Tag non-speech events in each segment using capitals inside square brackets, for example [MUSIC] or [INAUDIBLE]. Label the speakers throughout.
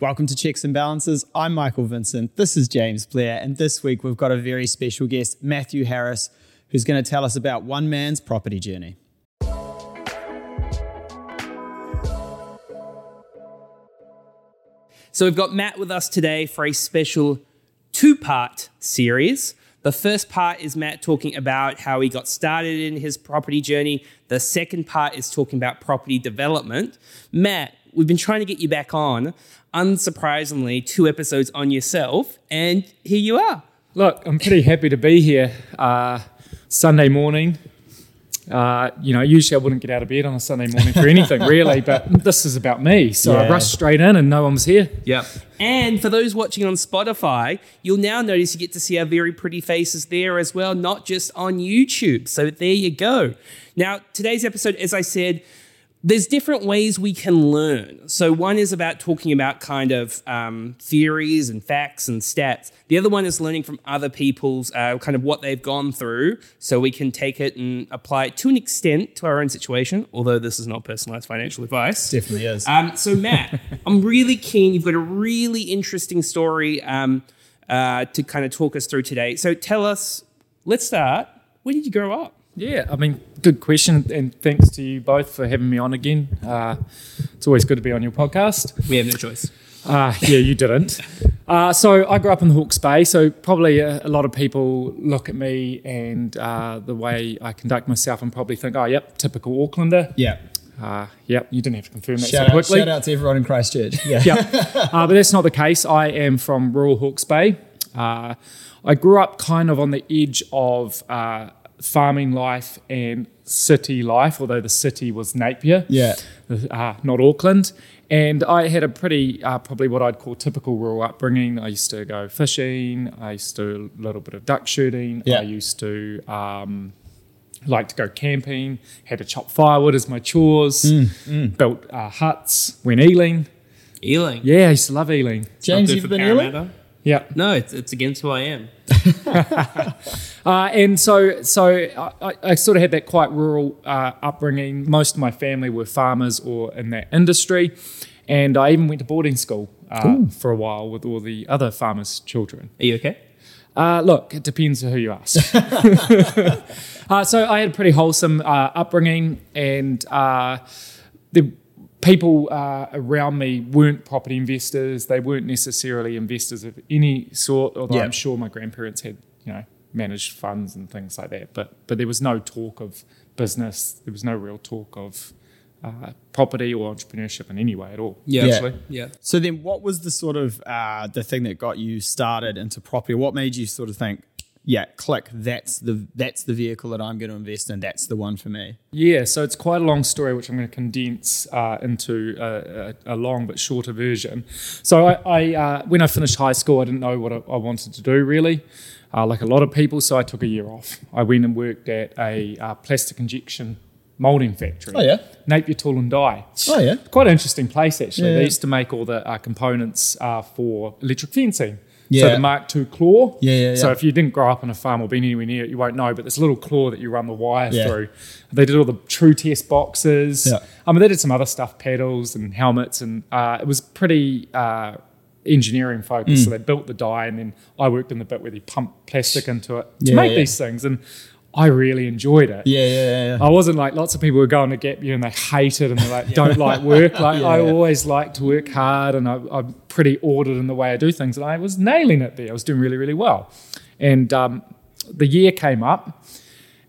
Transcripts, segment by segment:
Speaker 1: Welcome to Checks and Balances. I'm Michael Vincent. This is James Blair. And this week we've got a very special guest, Matthew Harris, who's going to tell us about one man's property journey.
Speaker 2: So we've got Matt with us today for a special two part series. The first part is Matt talking about how he got started in his property journey. The second part is talking about property development. Matt, we've been trying to get you back on, unsurprisingly, two episodes on yourself, and here you are.
Speaker 3: Look, I'm pretty happy to be here. Uh, Sunday morning, uh, you know, usually I wouldn't get out of bed on a Sunday morning for anything really, but this is about me. So I
Speaker 1: Yeah.
Speaker 3: rushed straight in and no one was here.
Speaker 2: Yep. And for those watching on Spotify, you'll now notice you get to see our very pretty faces there as well, not just on YouTube. So there you go. Now, today's episode, as I said, there's different ways we can learn. So one is about talking about kind of um, theories and facts and stats. The other one is learning from other people's uh, kind of what they've gone through, so we can take it and apply it to an extent to our own situation. Although this is not personalized financial advice,
Speaker 1: Definitely is.
Speaker 2: um, so
Speaker 3: [LAUGHS]
Speaker 2: Matt, I'm really keen. You've got a really interesting story um, uh, to kind of talk us through today. So tell us. Let's start. Where did you grow up?
Speaker 3: Yeah, I mean, good question. And thanks to you both for having me on again. Uh, it's always good to be on your podcast.
Speaker 2: We have no choice.
Speaker 3: Uh, yeah, you didn't. Uh, so I grew up in the Hawke's Bay. So probably a, a lot of people look at me and uh, the way I conduct myself and probably think, oh, yep, typical Aucklander.
Speaker 1: yeah.
Speaker 3: Uh, yep, you didn't have to confirm that
Speaker 1: Shout
Speaker 3: so
Speaker 1: out,
Speaker 3: quickly.
Speaker 1: shout out to everyone in Christchurch. [LAUGHS] Yeah.
Speaker 3: yeah. Uh, but that's not the case. I am from rural Hawke's Bay. Uh, I grew up kind of on the edge of uh, farming life and city life, although the city was Napier,
Speaker 1: Yeah.
Speaker 3: uh, not Auckland. And I had a pretty, uh, probably what I'd call typical rural upbringing. I used to go fishing. I used to do a little bit of duck shooting.
Speaker 1: Yeah.
Speaker 3: I used to um, like to go camping. Had to chop firewood as my chores.
Speaker 1: Hmm.
Speaker 3: Built uh, huts. Went ealing.
Speaker 2: Ealing.
Speaker 3: Yeah, I used to love Ealing.
Speaker 1: James, you've been ill?
Speaker 3: Yeah,
Speaker 2: No, it's, it's against who I am.
Speaker 3: uh, and so so I, I- I sort of had that quite rural uh, upbringing. Most of my family were farmers or in that industry, and I even went to boarding school uh, for a while with all the other farmers' children.
Speaker 2: Are you okay?
Speaker 3: Uh, look, it depends on who you ask. [LAUGHS] uh, so I had a pretty wholesome uh, upbringing, and uh, the people uh, around me weren't property investors. They weren't necessarily investors of any sort, although
Speaker 1: Yeah.
Speaker 3: I'm sure my grandparents had, you know, managed funds and things like that. But but there was no talk of business. There was no real talk of uh, property or entrepreneurship in any way at all.
Speaker 2: Yeah.
Speaker 1: Yeah.
Speaker 2: Yeah.
Speaker 1: So then what was the sort of uh, the thing that got you started into property? What made you sort of think, yeah, click, that's the that's the vehicle that I'm going to invest in. That's the one for me.
Speaker 3: Yeah, so it's quite a long story, which I'm going to condense uh, into a, a, a long but shorter version. So I, I uh, when I finished high school, I didn't know what I, I wanted to do really, uh, like a lot of people. So I took a year off. I went and worked at a uh, plastic injection molding factory.
Speaker 1: Oh, yeah.
Speaker 3: Napier Tool and Die.
Speaker 1: Oh, yeah.
Speaker 3: Quite an interesting place actually.
Speaker 1: Yeah.
Speaker 3: They used to make all the uh, components uh, for electric fencing. So
Speaker 1: Yeah.
Speaker 3: the Mark II claw.
Speaker 1: Yeah, yeah,
Speaker 3: So
Speaker 1: yeah.
Speaker 3: if you didn't grow up on a farm or been anywhere near it, you won't know. But this little claw that you run the wire
Speaker 1: Yeah.
Speaker 3: through, they did all the true test boxes.
Speaker 1: Yeah.
Speaker 3: I mean, they did some other stuff, pedals and helmets, and uh, it was pretty uh, engineering
Speaker 1: Mm.
Speaker 3: focused. So they built the die, and then I worked in the bit where they pump plastic into it to
Speaker 1: Yeah,
Speaker 3: make
Speaker 1: yeah.
Speaker 3: these things, and I really enjoyed it.
Speaker 1: Yeah, yeah, yeah. yeah.
Speaker 3: I wasn't like lots of people were going to gap year and they hate it and they like don't like work. Like I
Speaker 1: yeah.
Speaker 3: always like to work hard and I, I'm pretty ordered in the way I do things and I was nailing it there. I was doing really really well, and um, the year came up,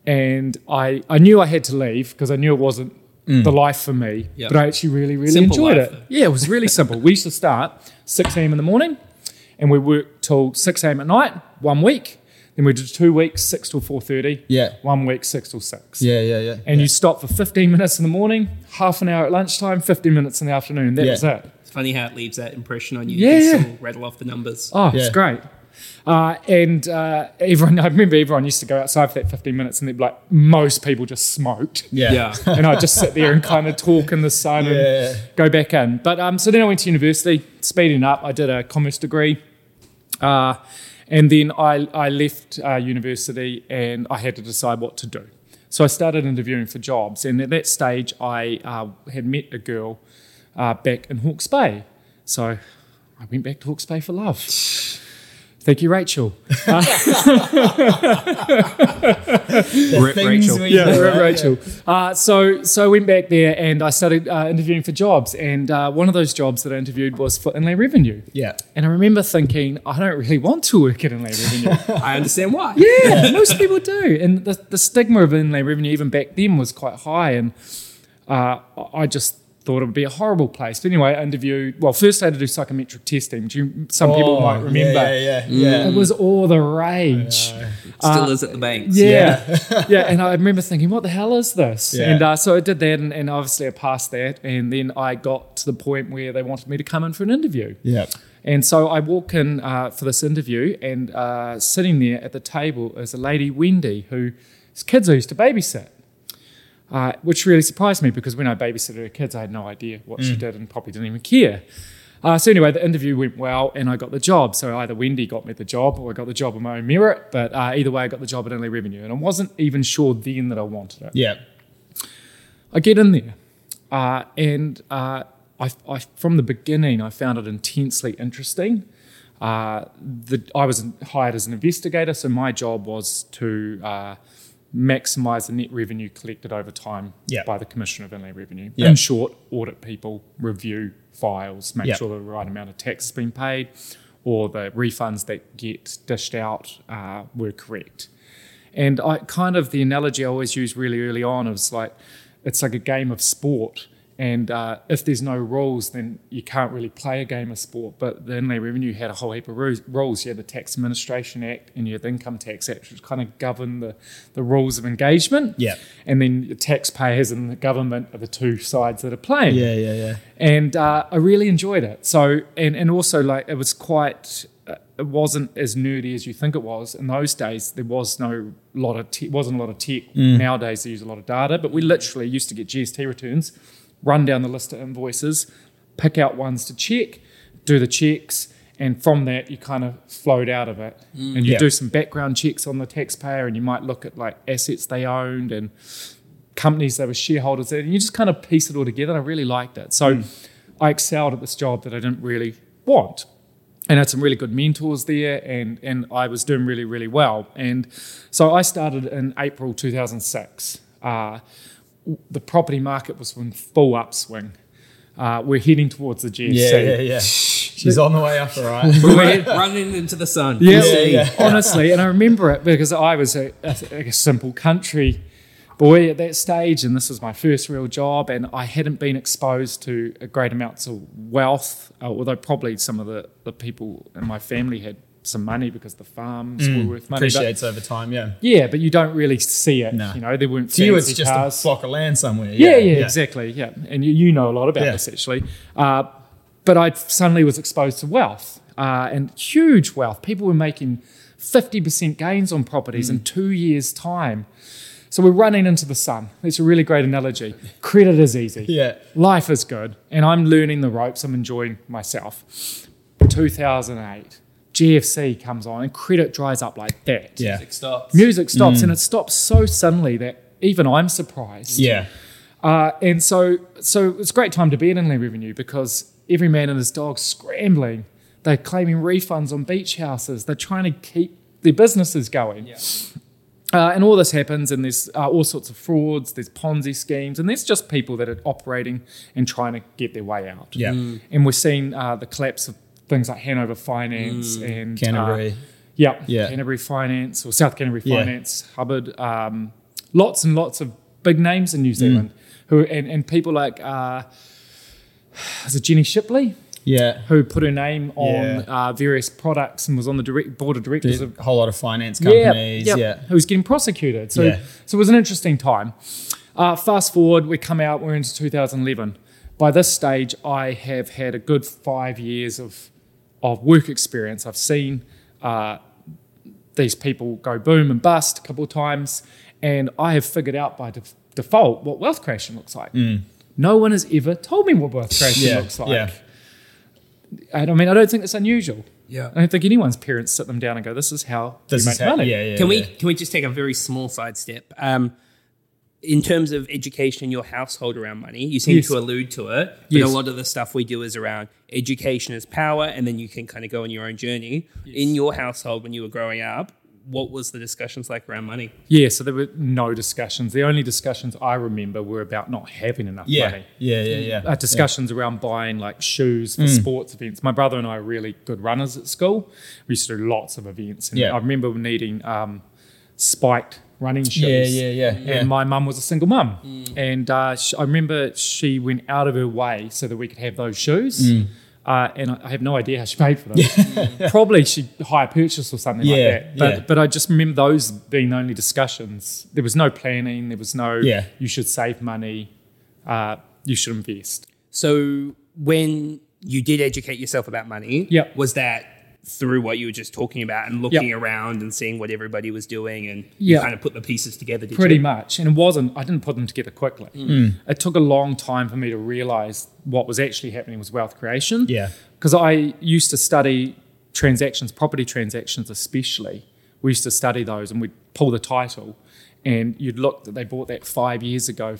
Speaker 3: and I I knew I had to leave because I knew it wasn't the life for me.
Speaker 2: Yeah.
Speaker 3: But I actually really really
Speaker 2: Simple
Speaker 3: enjoyed
Speaker 2: life,
Speaker 3: it.
Speaker 2: though.
Speaker 3: Yeah, it was really simple. we used to start 6 a.m. in the morning and we worked till 6 a.m. at night one week. Then we did two weeks, 6 till 4.30.
Speaker 1: Yeah.
Speaker 3: One week, 6 till 6
Speaker 1: Yeah, yeah, yeah.
Speaker 3: and you stop for 15 minutes in the morning, half an hour at lunchtime, 15 minutes in the afternoon. That
Speaker 1: Yeah.
Speaker 3: was it.
Speaker 2: It's funny how it leaves that impression on you.
Speaker 3: You can Yeah.
Speaker 2: You
Speaker 3: still
Speaker 2: rattle off the numbers.
Speaker 3: Oh,
Speaker 1: Yeah.
Speaker 3: it's great. Uh, and uh, everyone, [LAUGHS] I remember everyone used to go outside for that 15 minutes, and they'd be like, most people just smoked.
Speaker 1: yeah.
Speaker 2: Yeah.
Speaker 3: [LAUGHS] and I'd just sit there and kind of talk in the sun
Speaker 1: Yeah.
Speaker 3: and go back in. But um, so then I went to university, speeding up. I did a commerce degree. Uh, and then I, I left uh, university and I had to decide what to do. So I started interviewing for jobs. And at that stage, I uh, had met a girl uh, back in Hawke's Bay. So I went back to Hawke's Bay for love. Thank you, Rachel.
Speaker 4: Rip Rachel.
Speaker 3: yeah, right, Rachel. Uh, so so I went back there and I started uh, interviewing for jobs, and uh, one of those jobs that I interviewed was for Inland Revenue.
Speaker 4: Yeah.
Speaker 3: And I remember thinking, I don't really want to work at Inland Revenue.
Speaker 2: [LAUGHS] I understand why.
Speaker 3: yeah, most people do, and the the stigma of Inland Revenue even back then was quite high, and uh, I just. Thought it would be a horrible place. But anyway, I interviewed. Well, first I had to do psychometric testing, which you, some people might remember.
Speaker 4: Oh, Yeah, yeah, yeah.
Speaker 3: It was all the rage.
Speaker 2: Still is at the bank.
Speaker 3: Uh, Yeah. [LAUGHS] Yeah. And I remember thinking, what the hell is this?
Speaker 4: Yeah.
Speaker 3: And uh, so I did that. And, and obviously I passed that. And then I got to the point where they wanted me to come in for an interview.
Speaker 4: Yeah.
Speaker 3: And so I walk in uh, for this interview. And uh, sitting there at the table is a lady, Wendy, whose kids I used to babysit. Uh, which really surprised me because when I babysitted her kids, I had no idea what she did and probably didn't even care. Uh, so anyway, the interview went well, and I got the job. So either Wendy got me the job, or I got the job on my own merit. But uh, either way, I got the job at Only Revenue, and I wasn't even sure then that I wanted it.
Speaker 4: Yeah.
Speaker 3: I get in there, uh, and uh, I, I, from the beginning, I found it intensely interesting. Uh, the, I was hired as an investigator, so my job was to uh, maximise the net revenue collected over time
Speaker 4: Yeah.
Speaker 3: by the Commission of Inland Revenue.
Speaker 4: Yeah.
Speaker 3: In short, audit people, review files, make
Speaker 4: Yeah.
Speaker 3: sure the right amount of tax has been paid, or the refunds that get dished out uh, were correct. And I kind of the analogy I always use really early on is like it's like a game of sport. And uh, if there's no rules, then you can't really play a game of sport. But the Inland Revenue had a whole heap of ru- rules. You had the Tax Administration Act and you had the Income Tax Act, which kind of govern the, the rules of engagement.
Speaker 4: Yeah.
Speaker 3: And then the taxpayers and the government are the two sides that are playing
Speaker 4: Yeah, yeah, yeah.
Speaker 3: and uh, I really enjoyed it. So, and and also like it was quite, uh, it wasn't as nerdy as you think it was in those days. There was no lot of te- wasn't a lot of tech.
Speaker 4: Mm.
Speaker 3: Nowadays they use a lot of data, but we literally used to get GST returns, run down the list of invoices, pick out ones to check, do the checks. And from that, you kind of flowed out of it, and you
Speaker 4: Mm. Yeah.
Speaker 3: do some background checks on the taxpayer, and you might look at like assets they owned and companies they were shareholders in, and you just kind of piece it all together. And I really liked it. So I excelled at this job that I didn't really want. And had some really good mentors there, and, and I was doing really, really well. And so I started in April 2006. Uh, w- the property market was in full upswing. Uh, we're heading towards the GFC.
Speaker 4: Yeah, yeah, [LAUGHS] yeah. She's on the way up, all [LAUGHS] right.
Speaker 2: Running, running into the sun.
Speaker 3: Yeah,
Speaker 4: Yeah, yeah.
Speaker 3: honestly. And I remember it because I was a, a, a simple country boy at that stage, and this was my first real job, and I hadn't been exposed to great amounts of wealth, uh, although probably some of the, the people in my family had some money because the farms
Speaker 4: Mm.
Speaker 3: were worth money. but-
Speaker 4: Appreciates over time, yeah.
Speaker 3: yeah, but you don't really see it.
Speaker 4: No.
Speaker 3: You know, there weren't
Speaker 4: To you,
Speaker 3: fancy
Speaker 4: it's just
Speaker 3: cars.
Speaker 4: a flock of land somewhere.
Speaker 3: Yeah, yeah, exactly. Yeah, and you, you know a lot about
Speaker 4: Yeah.
Speaker 3: this actually. Uh, but I suddenly was exposed to wealth uh, and huge wealth. People were making fifty percent gains on properties
Speaker 4: Mm.
Speaker 3: in two years' time. So we're running into the sun. It's a really great analogy. Credit is easy.
Speaker 4: Yeah.
Speaker 3: Life is good, and I'm learning the ropes. I'm enjoying myself. 2008 GFC comes on, and credit dries up like that.
Speaker 4: Yeah. Mm.
Speaker 2: Stops.
Speaker 3: Music stops, and it stops so suddenly that even I'm surprised.
Speaker 4: Yeah.
Speaker 3: Uh, and so, so it's a great time to be in inland revenue because every man and his dog scrambling. They're claiming refunds on beach houses. They're trying to keep their businesses going. Uh, and all this happens, and there's uh, all sorts of frauds, there's Ponzi schemes, and there's just people that are operating and trying to get their way out.
Speaker 4: Yeah.
Speaker 1: Mm.
Speaker 3: And we're seeing uh, the collapse of things like Hanover Finance and
Speaker 4: Mm.
Speaker 3: uh,
Speaker 4: Canterbury.
Speaker 3: yeah.
Speaker 4: Yeah.
Speaker 3: Canterbury Finance or South Canterbury
Speaker 4: Yeah.
Speaker 3: Finance, Hubbard, um, lots and lots of big names in New
Speaker 4: Mm.
Speaker 3: Zealand who and, and people like uh, is it Jenny Shipley
Speaker 4: yeah.
Speaker 3: who put her name on
Speaker 4: Yeah.
Speaker 3: uh, various products and was on the direct board of directors
Speaker 4: There's a
Speaker 3: of
Speaker 4: whole lot of finance companies. Yeah. Yeah.
Speaker 3: who was getting prosecuted. So,
Speaker 4: Yeah.
Speaker 3: so it was an interesting time. Uh, fast forward, we come out, we're into 2011. By this stage, I have had a good five years of, of work experience. I've seen uh, these people go boom and bust a couple of times, and I have figured out by def- default what wealth creation looks like. No one has ever told me what wealth creation
Speaker 4: Mm. Yeah.
Speaker 3: looks like. And I mean, I don't think it's unusual.
Speaker 2: Yeah.
Speaker 3: I don't think anyone's parents sit them down and go, "This is how
Speaker 4: This
Speaker 3: you
Speaker 4: is
Speaker 3: make
Speaker 4: how,
Speaker 3: money."
Speaker 4: yeah, yeah.
Speaker 2: Can we
Speaker 4: yeah.
Speaker 2: can we just take a very small sidestep? Um, in terms of education in your household around money, you seem
Speaker 3: Yes.
Speaker 2: to allude to it. But
Speaker 3: Yes.
Speaker 2: a lot of the stuff we do is around education is power, and then you can kind of go on your own journey. In your household, when you were growing up, what was the discussions like around money?
Speaker 3: Yeah, so there were no discussions. The only discussions I remember were about not having enough
Speaker 1: Yeah.
Speaker 3: money.
Speaker 1: Yeah. Yeah. Yeah. Mm.
Speaker 3: uh, discussions around buying like shoes for sports events. My brother and I are really good runners at school. We used to do lots of events, and
Speaker 1: Yeah.
Speaker 3: I remember needing um, spiked running shoes.
Speaker 1: yeah, yeah, Mm.
Speaker 3: And
Speaker 1: yeah.
Speaker 3: my mum was a single mum, and uh, sh- I remember she went out of her way so that we could have those shoes.
Speaker 1: Mm.
Speaker 3: Uh, and I I have no idea how she paid
Speaker 1: [LAUGHS]
Speaker 3: for them. Probably she high purchase or something like
Speaker 1: Yeah,
Speaker 3: that. But
Speaker 1: yeah.
Speaker 3: but I just remember those being the only discussions. There was no planning. There was no
Speaker 1: Yeah.
Speaker 3: you should save money. Uh, you should invest.
Speaker 2: So when you did educate yourself about money,
Speaker 3: Yep.
Speaker 2: was that through what you were just talking about and looking
Speaker 3: Yep.
Speaker 2: around and seeing what everybody was doing and you
Speaker 3: Yeah.
Speaker 2: kind of put the pieces together? Did
Speaker 3: pretty
Speaker 2: you?
Speaker 3: much and it wasn't i didn't put them together quickly Mm. it took a long time for me to realize what was actually happening was wealth creation
Speaker 1: Yeah.
Speaker 3: because i used to study transactions property transactions especially we used to study those and we'd pull the title and you'd look that they bought that five years ago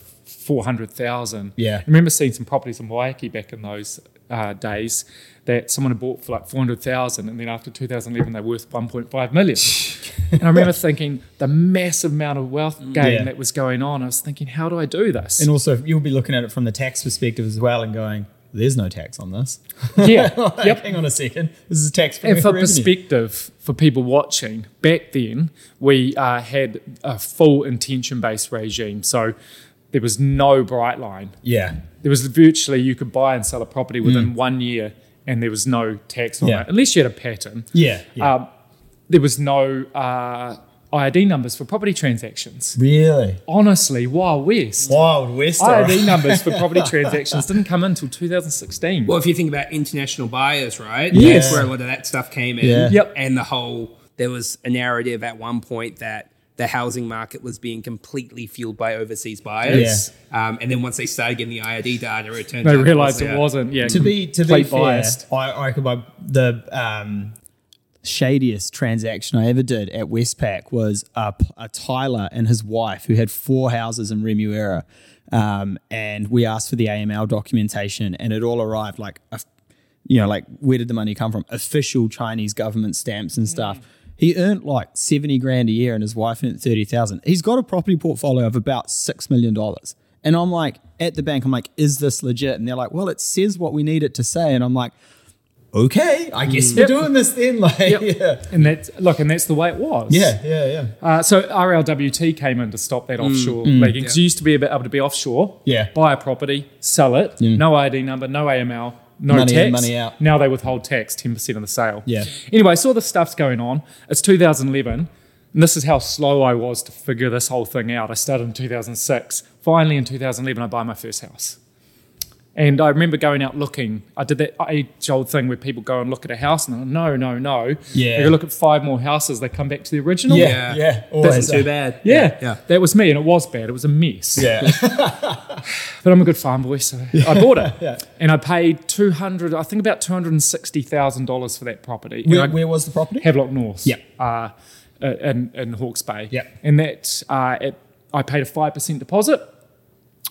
Speaker 3: 400000
Speaker 1: Yeah.
Speaker 3: I remember seeing some properties in Waikiki back in those uh, days that someone had bought for like 400,000 and then after 2011 they were worth 1.5 million. and
Speaker 1: [LAUGHS]
Speaker 3: I remember thinking the massive amount of wealth gain
Speaker 1: Mm. Yeah.
Speaker 3: that was going on. I was thinking, how do I do this?
Speaker 1: And also, you'll be looking at it from the tax perspective as well, and going, "There's no tax on this."
Speaker 3: yeah.
Speaker 1: [LAUGHS] Like,
Speaker 3: yep.
Speaker 1: Hang on a second. This is tax free
Speaker 3: And for
Speaker 1: revenue.
Speaker 3: perspective, for people watching, back then we uh, had a full intention based regime. So there was no bright line.
Speaker 1: yeah.
Speaker 3: there was virtually you could buy and sell a property within one year and there was no tax on
Speaker 1: Mm. Yeah.
Speaker 3: it unless you had a pattern
Speaker 1: Yeah. yeah.
Speaker 4: Uh,
Speaker 3: um, there was no uh, id numbers for property transactions
Speaker 1: really.
Speaker 3: honestly wild west
Speaker 1: Wild West. alright.
Speaker 3: id numbers
Speaker 1: [LAUGHS]
Speaker 3: for property transactions didn't come in until 2016
Speaker 2: Well, if you think about international buyers, right?
Speaker 3: Yes.
Speaker 2: That's where a lot of that stuff came in.
Speaker 1: Yeah.
Speaker 3: Yep.
Speaker 2: And the whole, there was a narrative at one point that the housing market was being completely fueled by overseas buyers. Um, and then once they started getting the IRD data, it turned out
Speaker 3: they
Speaker 2: it
Speaker 3: realized
Speaker 2: wasn't.
Speaker 3: it wasn't yeah
Speaker 1: to be to be
Speaker 3: complete
Speaker 1: fair, I, I reckon my, the um, shadiest transaction I ever did at Westpac was a, p- a Tyler and his wife who had four houses in Remuera, um, and we asked for the AML documentation, and it all arrived like a f- you know, like where did the money come from? Official Chinese government stamps and stuff.
Speaker 3: Mm.
Speaker 1: He earned like seventy grand a year, and his wife earned thirty thousand. He's got a property portfolio of about six million dollars. And I'm like, at the bank, I'm like, is this legit? And they're like, well, it says what we need it to say. And I'm like, okay, I guess we're
Speaker 3: Yep.
Speaker 1: doing this then. [LAUGHS] Like, yeah,
Speaker 3: and that's look and that's the way it was
Speaker 1: yeah, yeah, yeah,
Speaker 3: Uh, so RLWT came in to stop that offshore legging. Because you used to be able to be offshore,
Speaker 1: Mm. Yeah.
Speaker 3: buy a property, sell it, no ID number, no AML, no
Speaker 1: Money
Speaker 3: tax.
Speaker 1: in, money out.
Speaker 3: Now they withhold tax, 10% of the sale.
Speaker 1: Yeah.
Speaker 3: Anyway, I saw this stuff's going on. It's 2011. And this is how slow I was to figure this whole thing out. I started in 2006. Finally, in 2011, I buy my first house. And I remember going out looking. I did that age old thing where people go and look at a house and they're like, no, no, no.
Speaker 1: Yeah.
Speaker 3: They go look at five more houses, they come back to the original.
Speaker 1: yeah, yeah.
Speaker 2: Yeah.
Speaker 1: Always
Speaker 2: Wasn't too bad.
Speaker 3: Yeah,
Speaker 2: Yeah.
Speaker 3: that was me, and it was bad. It was a mess.
Speaker 1: Yeah,
Speaker 3: But I'm a good farm boy, so I bought it, and I paid two hundred, I think about two hundred and sixty thousand dollars for that property.
Speaker 1: [LAUGHS] where,
Speaker 3: and I,
Speaker 1: where was the property?
Speaker 3: Havelock North.
Speaker 1: Yeah.
Speaker 3: Uh, in in Hawke's Bay.
Speaker 1: Yeah.
Speaker 3: And that uh, it, I paid a five percent deposit.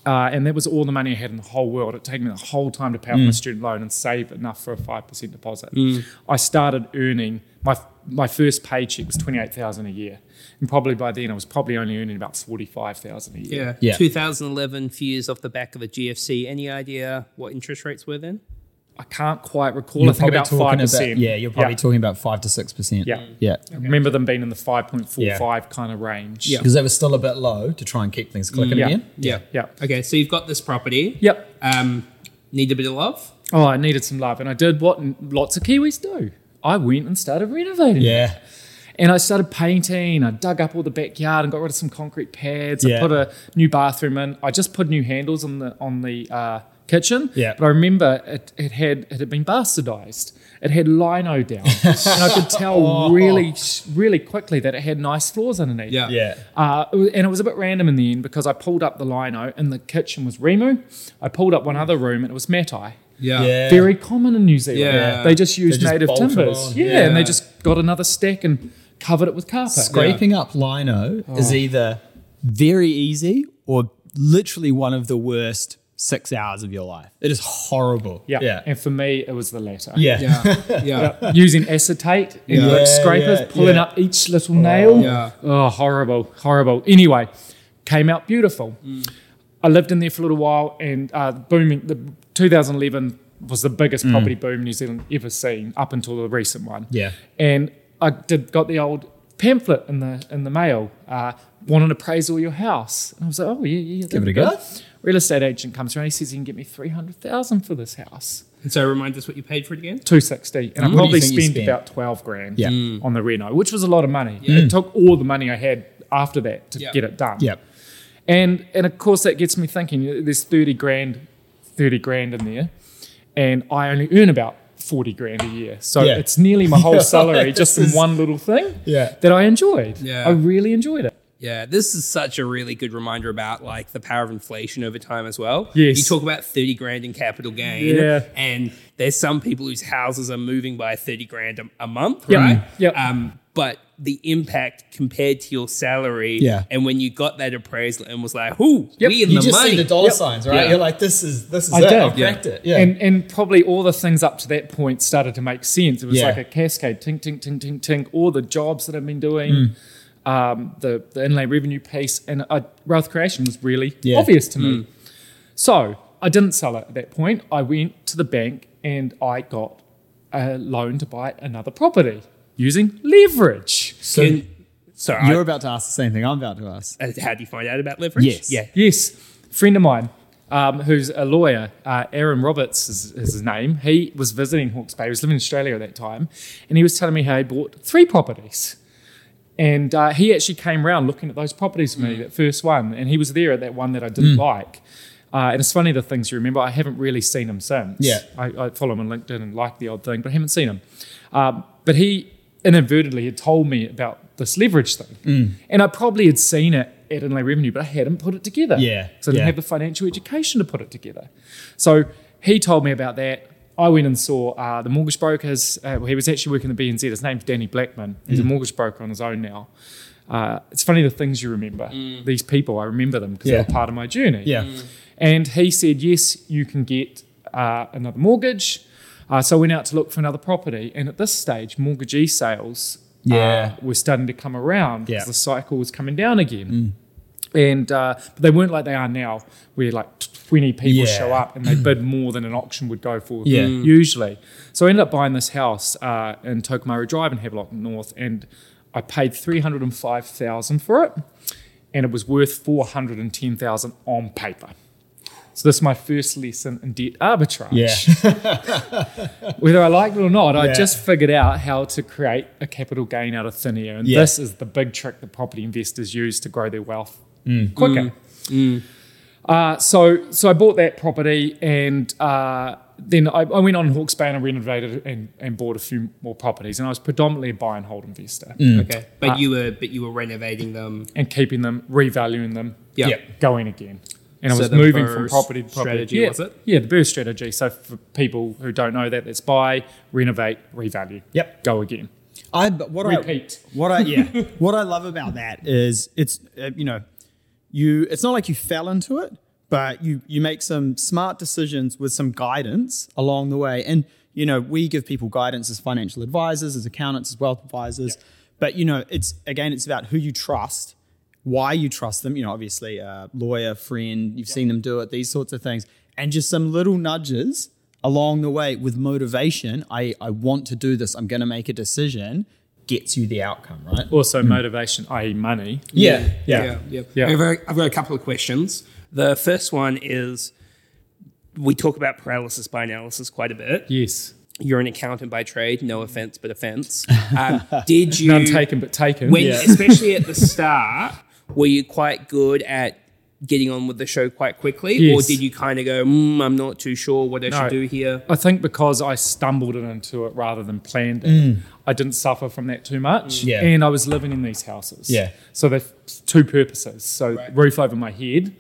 Speaker 3: Uh, and that was all the money I had in the whole world. It took me the whole time to pay off my
Speaker 1: Mm.
Speaker 3: student loan and save enough for a five percent deposit. I started earning my my first paycheck was twenty eight thousand a year, and probably by then I was probably only earning about forty five thousand a year.
Speaker 2: Yeah.
Speaker 1: Yeah.
Speaker 2: 2011, few years off the back of a GFC. Any idea what interest rates were then?
Speaker 3: I can't quite recall. I think
Speaker 1: probably
Speaker 3: about
Speaker 1: talking
Speaker 3: five percent.
Speaker 1: yeah, you're probably talking about five to six percent.
Speaker 3: Yeah.
Speaker 1: yeah,
Speaker 3: I remember them being in the five point four five kind of range.
Speaker 2: Yeah.
Speaker 1: because they were still a bit low to try and keep things clicking
Speaker 3: Mm. Yeah.
Speaker 1: again.
Speaker 2: Yeah.
Speaker 3: Yeah.
Speaker 2: Okay. So you've got this property.
Speaker 3: Yep.
Speaker 2: Um, need a bit of love?
Speaker 3: Oh, I needed some love, and I did what n- lots of Kiwis do. I went and started renovating.
Speaker 1: Yeah,
Speaker 3: And I started painting. I dug up all the backyard and got rid of some concrete pads.
Speaker 1: Yeah.
Speaker 3: I put a new bathroom in. I just put new handles on the on the uh, kitchen.
Speaker 1: Yeah.
Speaker 3: But I remember it, it had it had been bastardized. It had
Speaker 1: [LAUGHS]
Speaker 3: lino down, and I could tell really really quickly that it had nice floors underneath.
Speaker 2: Yeah.
Speaker 1: Oh. yeah,
Speaker 3: Uh, it was- and it was a bit random in the end because I pulled up the lino and the kitchen was Remu. I pulled up one
Speaker 1: Mm.
Speaker 3: other room and it was Matai.
Speaker 2: Yeah.
Speaker 1: yeah.
Speaker 3: Very common in New Zealand.
Speaker 2: Yeah.
Speaker 3: They just used
Speaker 1: They just
Speaker 3: native
Speaker 1: bolted
Speaker 3: timbers.
Speaker 1: on.
Speaker 3: Yeah, and
Speaker 2: Yeah.
Speaker 3: they just got another stack and covered it with carpet.
Speaker 1: Oh. Scraping up lino is either very easy or literally one of the worst six hours of your life. It is horrible.
Speaker 3: Yeah.
Speaker 1: Yeah.
Speaker 3: And for me, it was the latter.
Speaker 1: Yeah.
Speaker 5: Yeah.
Speaker 3: [LAUGHS]
Speaker 5: Yeah.
Speaker 3: Using acetate and
Speaker 5: Yeah.
Speaker 3: lip
Speaker 1: Yeah,
Speaker 3: scrapers,
Speaker 1: yeah,
Speaker 3: pulling
Speaker 1: yeah.
Speaker 3: up each little nail.
Speaker 5: Yeah.
Speaker 3: Oh, horrible, horrible. Anyway, came out beautiful.
Speaker 1: Mm.
Speaker 3: I lived in there for a little while, and uh, booming. The 2011 was the biggest property boom New Zealand ever seen, up until the recent one.
Speaker 1: Mm. Yeah.
Speaker 3: And I did got the old pamphlet in the in the mail. Uh, Want an appraisal of your house? And I was like, oh yeah, yeah, yeah,
Speaker 1: [LAUGHS] Give it a
Speaker 3: that'd be
Speaker 1: go.
Speaker 3: good. Real estate agent comes around. He says he can get me three hundred thousand for this house.
Speaker 2: And so remind us what you paid for it again.
Speaker 3: 260 and
Speaker 1: What
Speaker 3: I
Speaker 1: do you
Speaker 3: probably
Speaker 1: think you
Speaker 3: spent
Speaker 1: spent?
Speaker 3: about 12 grand
Speaker 1: Yeah.
Speaker 5: Mm.
Speaker 3: on the reno which was a lot of money it took all the money I had after that to
Speaker 5: Yeah.
Speaker 3: get it done
Speaker 1: Yep.
Speaker 3: and and of course that gets me thinking there's 30 grand 30 grand in there and I only earn about 40 grand a year so
Speaker 1: Yeah.
Speaker 3: it's nearly my
Speaker 1: [LAUGHS]
Speaker 3: whole salary just in
Speaker 1: This is-
Speaker 3: one little thing
Speaker 1: Yeah.
Speaker 3: that I enjoyed
Speaker 5: Yeah.
Speaker 3: I really enjoyed it
Speaker 2: Yeah, this is such a really good reminder about like the power of inflation over time as well.
Speaker 3: Yes.
Speaker 2: You talk about 30 grand in capital gain
Speaker 3: Yeah.
Speaker 2: and there's some people whose houses are moving by 30 grand a, a month,
Speaker 3: Yep.
Speaker 2: right?
Speaker 3: Yep.
Speaker 2: Um but the impact compared to your salary
Speaker 1: Yeah.
Speaker 2: and when you got that appraisal and was like, "Ooh, we in
Speaker 1: You
Speaker 2: the
Speaker 1: just
Speaker 2: money."
Speaker 1: see the dollar
Speaker 3: Yep.
Speaker 1: signs, right?
Speaker 2: Yeah.
Speaker 1: You're like, this is this is
Speaker 3: I
Speaker 1: it.
Speaker 3: did.
Speaker 1: I've
Speaker 3: Yeah.
Speaker 1: cracked it. Yeah.
Speaker 3: And and probably all the things up to that point started to make sense. It was
Speaker 1: Yeah.
Speaker 3: like a cascade, tink, tink, tink, tink, tink. All the jobs that I've been doing,
Speaker 1: Mm.
Speaker 3: um, the the inlay revenue piece, and uh, Wealth Creation was really
Speaker 1: Yeah. Mm.
Speaker 3: obvious to me. So I didn't sell it at that point. I went to the bank and I got a loan to buy another property using leverage.
Speaker 1: so
Speaker 2: Can- so I-
Speaker 1: you're about to ask the same thing I'm about to ask.
Speaker 2: uh, how do you find out about leverage?
Speaker 1: Yes.
Speaker 2: Yeah.
Speaker 3: Yes, friend of mine um, who's a lawyer, uh, Aaron Roberts is, is his name. He was visiting Hawke's Bay. He was living in Australia at that time, and he was telling me how he bought three properties. And uh, he actually came round looking at those properties with me, that first one, and he was there at that one that I didn't
Speaker 1: Mm.
Speaker 3: like. Uh, and it's funny the things you remember. I haven't really seen him since.
Speaker 1: Yeah.
Speaker 3: I, I follow him on LinkedIn and like the odd thing, but I haven't seen him. Um, but he inadvertently had told me about this leverage thing,
Speaker 1: Mm.
Speaker 3: and I probably had seen it at Inlay Revenue, but I hadn't put it together.
Speaker 1: Yeah,
Speaker 3: so I didn't
Speaker 1: yeah.
Speaker 3: have the financial education to put it together. So he told me about that. I went and saw uh, the mortgage brokers. Uh, well, he was actually working in the BNZ. His name's Danny Blackman. He's
Speaker 1: Mm.
Speaker 3: a mortgage broker on his own now. Uh, it's funny the things you remember. These people, I remember them because
Speaker 1: Yeah.
Speaker 3: they were part of my journey.
Speaker 1: Yeah.
Speaker 3: And he said, yes, you can get uh, another mortgage. Uh, so I went out to look for another property. And at this stage, mortgagee sales uh,
Speaker 1: Yeah.
Speaker 3: were starting to come around because
Speaker 1: Yeah. Mm.
Speaker 3: the cycle was coming down again. And uh, but they weren't like they are now, where like 20 people
Speaker 1: Yeah.
Speaker 3: show up
Speaker 1: [CLEARS THROAT]
Speaker 3: and they bid more than an auction would go for
Speaker 1: Yeah. Mm.
Speaker 3: usually. So I ended up buying this house uh, in Tokomaru Drive in Havelock North, and I paid three hundred and five thousand for it, and it was worth four hundred and ten thousand on paper. So this is my first lesson in debt arbitrage.
Speaker 1: Yeah.
Speaker 3: [LAUGHS] Whether I liked it or not, I
Speaker 1: Yeah.
Speaker 3: just figured out how to create a capital gain out of thin air, and
Speaker 1: Yeah.
Speaker 3: this is the big trick that property investors use to grow their wealth
Speaker 1: Mm.
Speaker 3: quicker. Uh, so so I bought that property and uh, then I, I went on Hawke's Bay and I renovated and, and bought a few more properties and I was predominantly a buy and hold investor
Speaker 1: Mm.
Speaker 2: Okay. But
Speaker 1: Uh,
Speaker 2: you were but you were renovating them.
Speaker 3: and keeping them, revaluing them,
Speaker 2: Yeah.
Speaker 3: going again. And I
Speaker 2: So
Speaker 3: was
Speaker 2: the
Speaker 3: moving from
Speaker 2: Burr
Speaker 3: property to property.
Speaker 2: strategy,
Speaker 3: yeah,
Speaker 2: was it?
Speaker 3: Yeah, the Burr strategy. So for people who don't know that, that's buy, renovate, revalue.
Speaker 1: Yep.
Speaker 3: Go again.
Speaker 1: [LAUGHS] I but what
Speaker 3: Repeat.
Speaker 1: I what I [LAUGHS] yeah what I love about that is it's uh, you know you it's not like you fell into it but you you make some smart decisions with some guidance along the way and you know we give people guidance as financial advisors as accountants as wealth advisors but you know it's again it's about who you trust why you trust them you know obviously a lawyer friend you've seen them do it these sorts of things and just some little nudges along the way with motivation i i want to do this i'm going to make a decision gets you the outcome right
Speaker 2: Hmm.
Speaker 3: Also motivation, i.e. money.
Speaker 1: yeah yeah,
Speaker 2: Yeah. Yeah.
Speaker 3: Yeah.
Speaker 2: I've, got, I've got a couple of questions. The first one is we talk about paralysis by analysis quite a bit.
Speaker 3: Yes.
Speaker 2: You're an accountant by trade, no offense, but
Speaker 3: [LAUGHS]
Speaker 2: offense. Um, did you,
Speaker 3: None taken but taken.
Speaker 2: when,
Speaker 1: Yeah.
Speaker 2: [LAUGHS] especially at the start, were you quite good at getting on with the show quite quickly?
Speaker 3: Yes.
Speaker 2: Or did you kind of go, mm, I'm not too sure what I
Speaker 3: No.
Speaker 2: should do here?
Speaker 3: I think because I stumbled it into it rather than planned it, I didn't suffer from that too much.
Speaker 1: Mm. Yeah.
Speaker 3: And I was living in these houses.
Speaker 1: Yeah.
Speaker 3: So they two purposes. So roof over my head,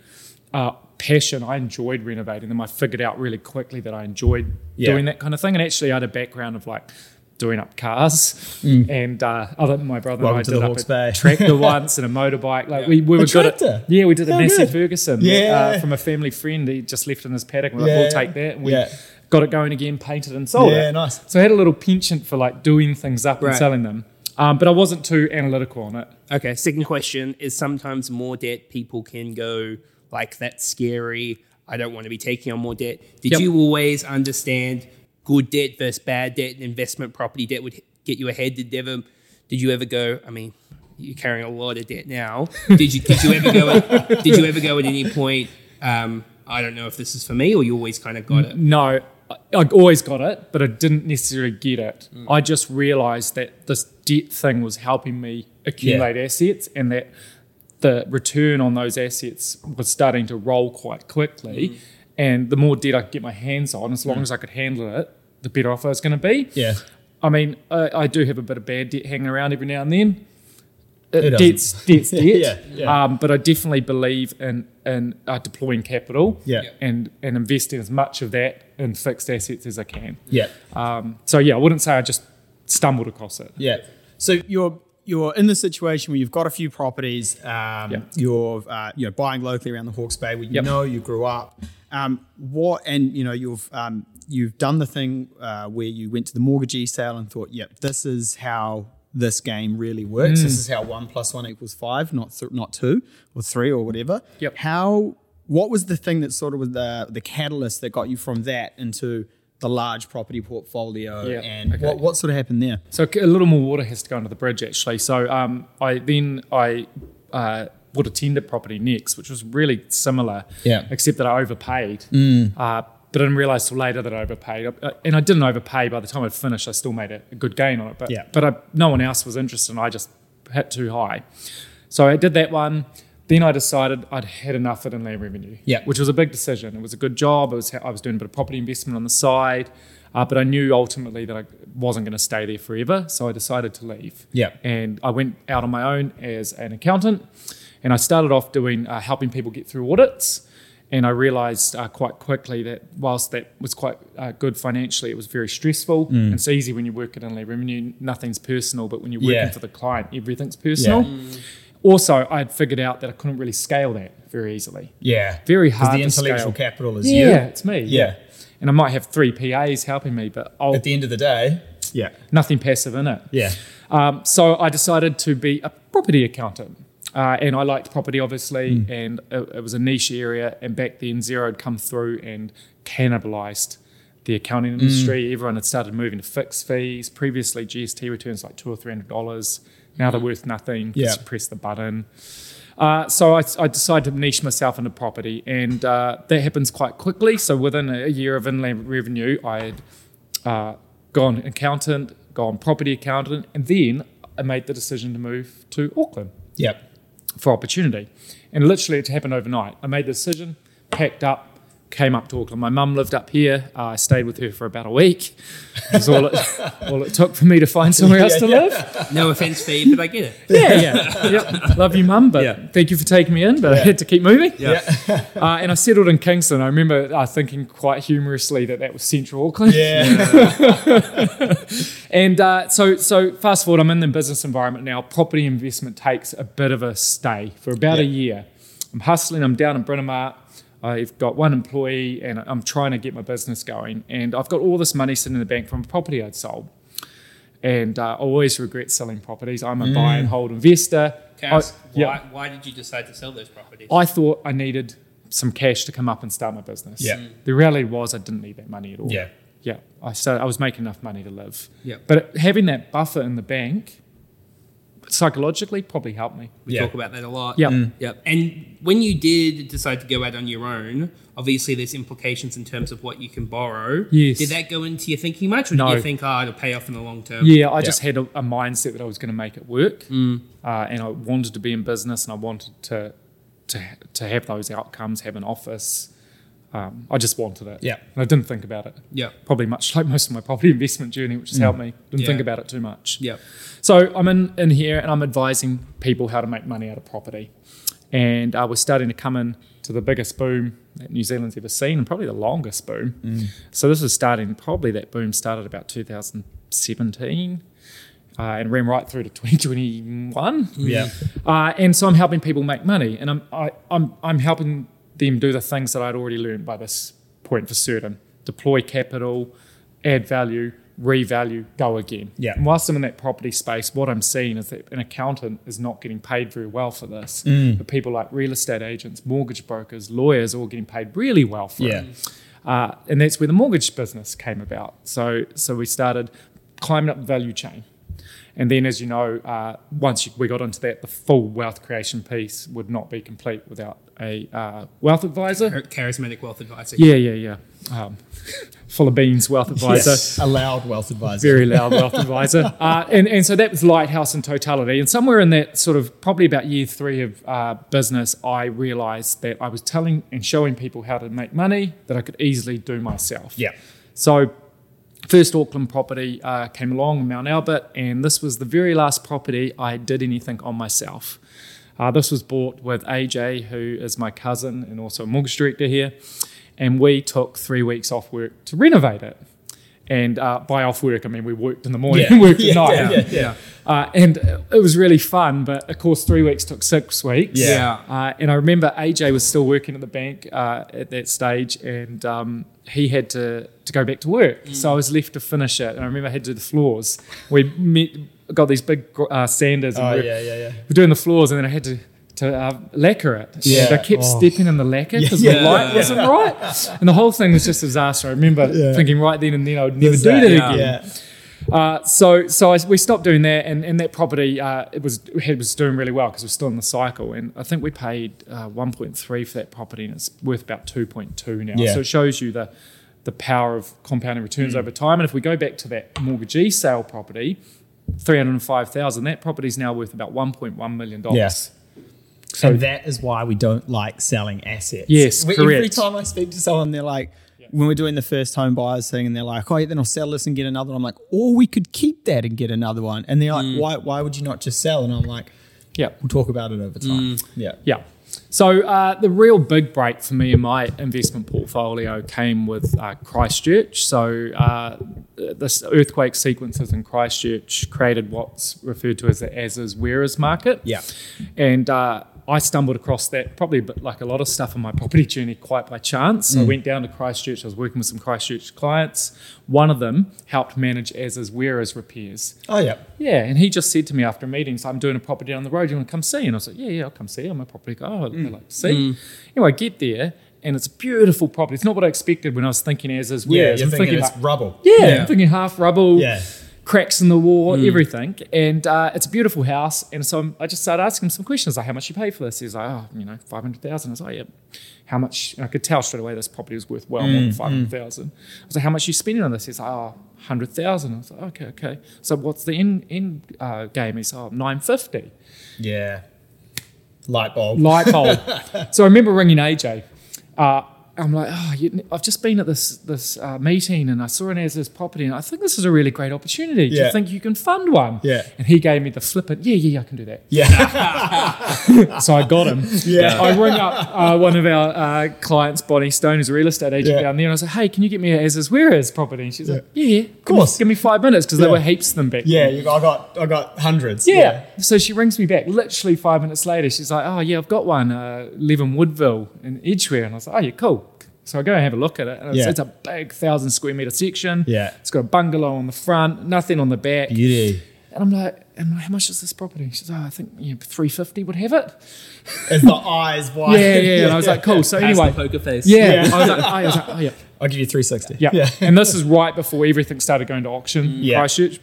Speaker 3: uh, passion. I enjoyed renovating them. I figured out really quickly that I enjoyed
Speaker 1: Yeah.
Speaker 3: doing that kind of thing. And actually, I had a background of like doing up cars, and uh, other my brother
Speaker 1: Mm. Welcome
Speaker 3: and I
Speaker 1: to
Speaker 3: did
Speaker 1: the
Speaker 3: up
Speaker 1: Hawke's
Speaker 3: a
Speaker 1: Bay. [LAUGHS]
Speaker 3: tractor once and a motorbike. Like we, we were good at-
Speaker 1: tractor?
Speaker 3: yeah, we did a
Speaker 1: How
Speaker 3: Massey
Speaker 1: good.
Speaker 3: Ferguson
Speaker 1: Yeah.
Speaker 3: uh, from a family friend. He just left in his paddock. We're
Speaker 1: Yeah.
Speaker 3: like, we'll take that. And we
Speaker 1: Yeah.
Speaker 3: got it going again, painted and sold
Speaker 1: Yeah,
Speaker 3: it.
Speaker 1: nice.
Speaker 3: So I had a little penchant for like doing things up
Speaker 2: Right.
Speaker 3: and selling them, um, but I wasn't too analytical on it.
Speaker 2: Okay, second question is sometimes more debt people can go like that's scary. I don't want to be taking on more debt. Did
Speaker 3: Yep.
Speaker 2: you always understand good debt versus bad debt and investment property debt would get you ahead? Did ever did you ever go, I mean, you're carrying a lot of debt
Speaker 3: [LAUGHS]
Speaker 2: now. Did you did you ever go at, did you ever go at any point um, I don't know if this is for me or you always kind of got it?
Speaker 3: No, I, I always got it, but I didn't necessarily get it.
Speaker 1: Mm.
Speaker 3: I just realized that this debt thing was helping me accumulate assets and that the return on those assets was starting to roll quite quickly.
Speaker 1: Mm.
Speaker 3: And the more debt I could get my hands on, as long as I could handle it, the better off I was going to be.
Speaker 1: Yeah.
Speaker 3: I mean, I, I do have a bit of bad debt hanging around every now and then. Uh,
Speaker 1: doesn't?
Speaker 3: debt's
Speaker 1: [LAUGHS]
Speaker 3: debt's debt.
Speaker 1: Yeah, yeah.
Speaker 3: Um, but I definitely believe in in uh, deploying capital.
Speaker 1: Yeah.
Speaker 3: And and investing as much of that in fixed assets as I can.
Speaker 1: Yeah.
Speaker 3: Um, so yeah, I wouldn't say I just stumbled across it.
Speaker 1: Yeah. So you're you're in the situation where you've got a few properties. Um,
Speaker 3: Yeah.
Speaker 1: You're uh, you know buying locally around the Hawke's Bay where you
Speaker 3: Yep.
Speaker 1: know you grew up. Um, what and you know you've um, you've done the thing uh, where you went to the mortgagee sale and thought, yep, this is how this game really works.
Speaker 3: Mm.
Speaker 1: This is how one plus one equals five, not th- not two or three or whatever.
Speaker 3: Yep.
Speaker 1: How what was the thing that sort of was the the catalyst that got you from that into the large property portfolio
Speaker 3: Yeah,
Speaker 1: and
Speaker 3: okay.
Speaker 1: what, what sort of happened there?
Speaker 3: So a little more water has to go under the bridge actually. So um, I then I uh, bought a tender property next, which was really similar.
Speaker 1: Yeah. Mm.
Speaker 3: Except that I overpaid. Uh, but I didn't realise till later that I overpaid, Uh, and I didn't overpay. By the time I'd finished, I still made a, a good gain on it. But
Speaker 1: Yeah.
Speaker 3: but I, no one else was interested, and I just hit too high. So I did that one. Then I decided I'd had enough of inland revenue.
Speaker 1: Yeah.
Speaker 3: Which was a big decision. It was a good job. It was, I was doing a bit of property investment on the side, uh, but I knew ultimately that I wasn't going to stay there forever. So I decided to leave.
Speaker 1: Yeah.
Speaker 3: And I went out on my own as an accountant, and I started off doing uh, helping people get through audits. And I realised uh, quite quickly that whilst that was quite uh, good financially, it was very stressful.
Speaker 1: Mm.
Speaker 3: And it's easy when you work at Inland Revenue; nothing's personal. But when you're working
Speaker 1: Yeah.
Speaker 3: for the client, everything's personal. Also, I had figured out that I couldn't really scale that very easily.
Speaker 1: Yeah.
Speaker 3: Very
Speaker 1: Because
Speaker 3: hard
Speaker 1: the
Speaker 3: to
Speaker 1: intellectual
Speaker 3: scale.
Speaker 1: capital is
Speaker 3: Yeah,
Speaker 1: you
Speaker 3: it's me.
Speaker 1: Yeah.
Speaker 3: And I might have three PAs helping me, but I'll,
Speaker 1: at the end of the day. Yeah.
Speaker 3: nothing passive in it.
Speaker 1: Yeah.
Speaker 3: Um, so I decided to be a property accountant. Uh, and I liked property, obviously, and it, it was a niche area. And back then, Zero had come through and cannibalized the accounting industry. Everyone had started moving to fixed fees. Previously, GST returns like two or three hundred dollars. Now they're worth nothing.
Speaker 1: Yeah.
Speaker 3: Just press the button. Uh, so I, I decided to niche myself into property, and uh, that happens quite quickly. So within a year of inland revenue, I had uh, gone accountant, gone property accountant, and then I made the decision to move to Auckland
Speaker 1: Yeah.
Speaker 3: for opportunity. And literally, it happened overnight. I made the decision, packed up, came up to Auckland. My mum lived up here. Uh, I stayed with her for about a week. That's all
Speaker 2: [LAUGHS]
Speaker 3: it, all it took for me to find somewhere else to live
Speaker 2: No offense, Fee, but I get it.
Speaker 3: yeah,
Speaker 2: [LAUGHS]
Speaker 3: yeah, yep. Love you, mum, but
Speaker 2: Yeah.
Speaker 3: thank you for taking me in. But I had to keep moving.
Speaker 2: Yeah.
Speaker 1: [LAUGHS]
Speaker 3: Uh, and I settled in Kingston. I remember uh, thinking quite humorously that that was central Auckland.
Speaker 1: Yeah.
Speaker 3: And uh, so, so fast forward, I'm in the business environment now. Property investment takes a bit of a stay for about a year. I'm hustling. I'm down in Bryn Mawr. I've got one employee, and I'm trying to get my business going. And I've got all this money sitting in the bank from a property I'd sold. And uh, I always regret selling properties. I'm a
Speaker 1: Mm.
Speaker 3: buy and hold investor.
Speaker 2: Can I ask,
Speaker 3: I- yeah.
Speaker 2: why, why did you decide to sell those properties?
Speaker 3: I thought I needed some cash to come up and start my business.
Speaker 1: Yeah. Mm.
Speaker 3: The reality was I didn't need that money at all.
Speaker 1: Yeah.
Speaker 3: Yeah. I started, I was making enough money to live.
Speaker 2: Yeah.
Speaker 3: But having that buffer in the bank psychologically probably helped me.
Speaker 2: We
Speaker 1: Yeah.
Speaker 2: talk about that a lot.
Speaker 3: Yep. Mm.
Speaker 2: Yep. And when you did decide to go out on your own, obviously there's implications in terms of what you can borrow.
Speaker 3: Yes.
Speaker 2: Did that go into your thinking much, or
Speaker 3: No.
Speaker 2: did you think, oh, it'll pay off in the long term?
Speaker 3: Yeah, I just had a, a mindset that I was going to make it work, uh, and I wanted to be in business, and I wanted to to to have those outcomes, have an office. Um, I just wanted it.
Speaker 1: Yeah.
Speaker 3: and I didn't think about it.
Speaker 2: Yeah.
Speaker 3: probably much like most of my property [LAUGHS] investment journey, which has helped me. Didn't
Speaker 2: Yeah.
Speaker 3: think about it too much.
Speaker 2: Yep.
Speaker 3: So I'm in, in here and I'm advising people how to make money out of property. And uh, we're starting to come in to the biggest boom that New Zealand's ever seen and probably the longest boom. So this is starting, probably that boom started about 2000, 17 uh, and ran right through to 2021.
Speaker 1: Yeah.
Speaker 3: Uh, and so I'm helping people make money, and I'm I, I'm I'm helping them do the things that I'd already learned by this point for certain: deploy capital, add value, revalue, go again.
Speaker 1: Yeah.
Speaker 3: And whilst I'm in that property space, what I'm seeing is that an accountant is not getting paid very well for this.
Speaker 1: Mm.
Speaker 3: But people like real estate agents, mortgage brokers, lawyers, are all getting paid really well for
Speaker 1: Yeah.
Speaker 3: it. Uh, and that's where the mortgage business came about. So, so we started climbing up the value chain. And then, as you know, uh, once you, we got into that, the full wealth creation piece would not be complete without a uh, wealth advisor.
Speaker 5: Charismatic wealth advisor.
Speaker 3: Yeah, yeah, yeah. Um, [LAUGHS] full of beans wealth advisor.
Speaker 1: A loud wealth advisor.
Speaker 3: Very loud wealth advisor. Uh, and, and so that was Lighthouse in totality. And somewhere in that sort of probably about year three of uh, business, I realized that I was telling and showing people how to make money that I could easily do myself.
Speaker 1: Yeah.
Speaker 3: So, first Auckland property uh, came along, Mount Albert, and this was the very last property I did anything on myself. Uh, this was bought with AJ, who is my cousin and also a mortgage director here, and we took three weeks off work to renovate it. And uh, by off work, I mean we worked in the morning [LAUGHS] and worked at night.
Speaker 1: yeah.
Speaker 3: Uh, and it was really fun, but of course, three weeks took six weeks.
Speaker 5: Yeah.
Speaker 3: Uh, and I remember AJ was still working at the bank uh, at that stage, and um, he had to, to go back to work.
Speaker 1: Mm.
Speaker 3: So I was left to finish it. And I remember I had to do the floors. We met, got these big uh, sanders. And
Speaker 1: Oh,
Speaker 3: we're,
Speaker 1: yeah, yeah, yeah.
Speaker 3: we're doing the floors, and then I had to. To uh, lacquer it, And
Speaker 1: Yeah.
Speaker 3: I kept
Speaker 1: Oh.
Speaker 3: stepping in the lacquer because
Speaker 1: Yeah.
Speaker 3: the light wasn't right, and the whole thing was just a disaster. I remember
Speaker 1: Yeah.
Speaker 3: thinking right then and then I would never do
Speaker 1: that,
Speaker 3: that
Speaker 5: yeah.
Speaker 3: again.
Speaker 1: Yeah.
Speaker 3: Uh, so so I, we stopped doing that, and, and that property uh, it was it was doing really well because we're still in the cycle, and I think we paid uh, 1.3 for that property, and it's worth about 2.2 now.
Speaker 1: Yeah.
Speaker 3: So it shows you the the power of compounding returns over time. And if we go back to that mortgagee sale property, 305,000, that property is now worth about 1.1 million dollars.
Speaker 1: Yes. and that is why we don't like selling assets.
Speaker 3: Yes,
Speaker 1: We- Every
Speaker 3: correct.
Speaker 1: time I speak to someone, they're like, when we're doing the first home buyers thing, and they're like, "Oh, yeah, then I'll sell this and get another." one. I'm like, "Or we could keep that and get another one." And they're like, "Why? Why would you not just sell?" And I'm like,
Speaker 3: Yeah.
Speaker 1: "We'll talk about it over time."
Speaker 3: Mm.
Speaker 1: Yeah.
Speaker 3: Yeah. So uh, the real big break for me in my investment portfolio came with uh, Christchurch. So uh, this earthquake sequences in Christchurch created what's referred to as the as is where is market.
Speaker 1: Yeah.
Speaker 3: And uh, I stumbled across that probably a bit like a lot of stuff on my property journey quite by chance. So I went down to Christchurch. I was working with some Christchurch clients. One of them helped manage as is where is repairs.
Speaker 1: Oh yeah.
Speaker 3: Yeah, and he just said to me after a meeting, so I'm doing a property down the road, you want to come see? And I was like, yeah, yeah, I'll come see. I'm a property guy. Oh,
Speaker 1: Mm.
Speaker 3: I like to see. Anyway, I get there, and it's a beautiful property. It's not what I expected when I was thinking as is where.
Speaker 1: you're
Speaker 3: I'm
Speaker 1: thinking
Speaker 3: like-
Speaker 1: it's rubble.
Speaker 3: yeah,
Speaker 5: Yeah.
Speaker 3: I'm thinking half rubble,
Speaker 1: Yeah.
Speaker 3: cracks in the wall, everything. And uh, it's a beautiful house. And so I'm, I just started asking him some questions like, how much you pay for this? He's like, oh, you know, 500,000. I was like, yeah, how much? And I could tell straight away this property was worth well more than 500,000. I was like, how much are you spending on this? He's like, oh, 100,000. I was like, okay, okay. So what's the end, end uh, game? He's like, oh, 950
Speaker 1: Yeah. Light bulb.
Speaker 3: light bulb. so I remember ringing AJ. Uh, I'm like, oh, you, I've just been at this this uh, meeting and I saw an as is property and I think this is a really great opportunity. Do
Speaker 1: Yeah.
Speaker 3: you think you can fund one?
Speaker 1: Yeah.
Speaker 3: And he gave me the flippant, yeah, yeah, yeah, I can do that.
Speaker 1: yeah. [LAUGHS]
Speaker 3: So I got him.
Speaker 1: Yeah.
Speaker 3: [LAUGHS] I ring up uh, one of our uh, clients, Bonnie Stone, who's a real estate agent
Speaker 1: Yeah.
Speaker 3: down there, and I was like, hey, can you get me an as is where is property? And she's like, yeah, yeah, of
Speaker 1: course.
Speaker 3: Give me five minutes because
Speaker 1: Yeah.
Speaker 3: there were heaps of them back
Speaker 1: Yeah. You, I got. I got hundreds.
Speaker 3: yeah. So she rings me back literally five minutes later. She's like, oh, yeah, I've got one. Uh, live in Woodville in Edgeware. And I was like, oh, yeah, cool. So I go and have a look at it. And it's,
Speaker 1: Yeah.
Speaker 3: it's a big thousand square meter section.
Speaker 1: Yeah.
Speaker 3: It's got a bungalow on the front, nothing on the back.
Speaker 1: Beauty.
Speaker 3: And I'm like, and how much is this property? She's like, oh, I think you know, 350 would have it.
Speaker 1: It's the eyes wide.
Speaker 3: Yeah, yeah, yeah. And I was
Speaker 1: [LAUGHS]
Speaker 3: like, cool. So
Speaker 5: Pass the
Speaker 3: anyway,
Speaker 5: poker face.
Speaker 3: yeah. I was like, oh, yeah. I was like, oh, yeah.
Speaker 1: I'll give you 360.
Speaker 3: Yeah. and this is right before everything started going to auction in
Speaker 1: Mm. Yeah.
Speaker 3: Christchurch.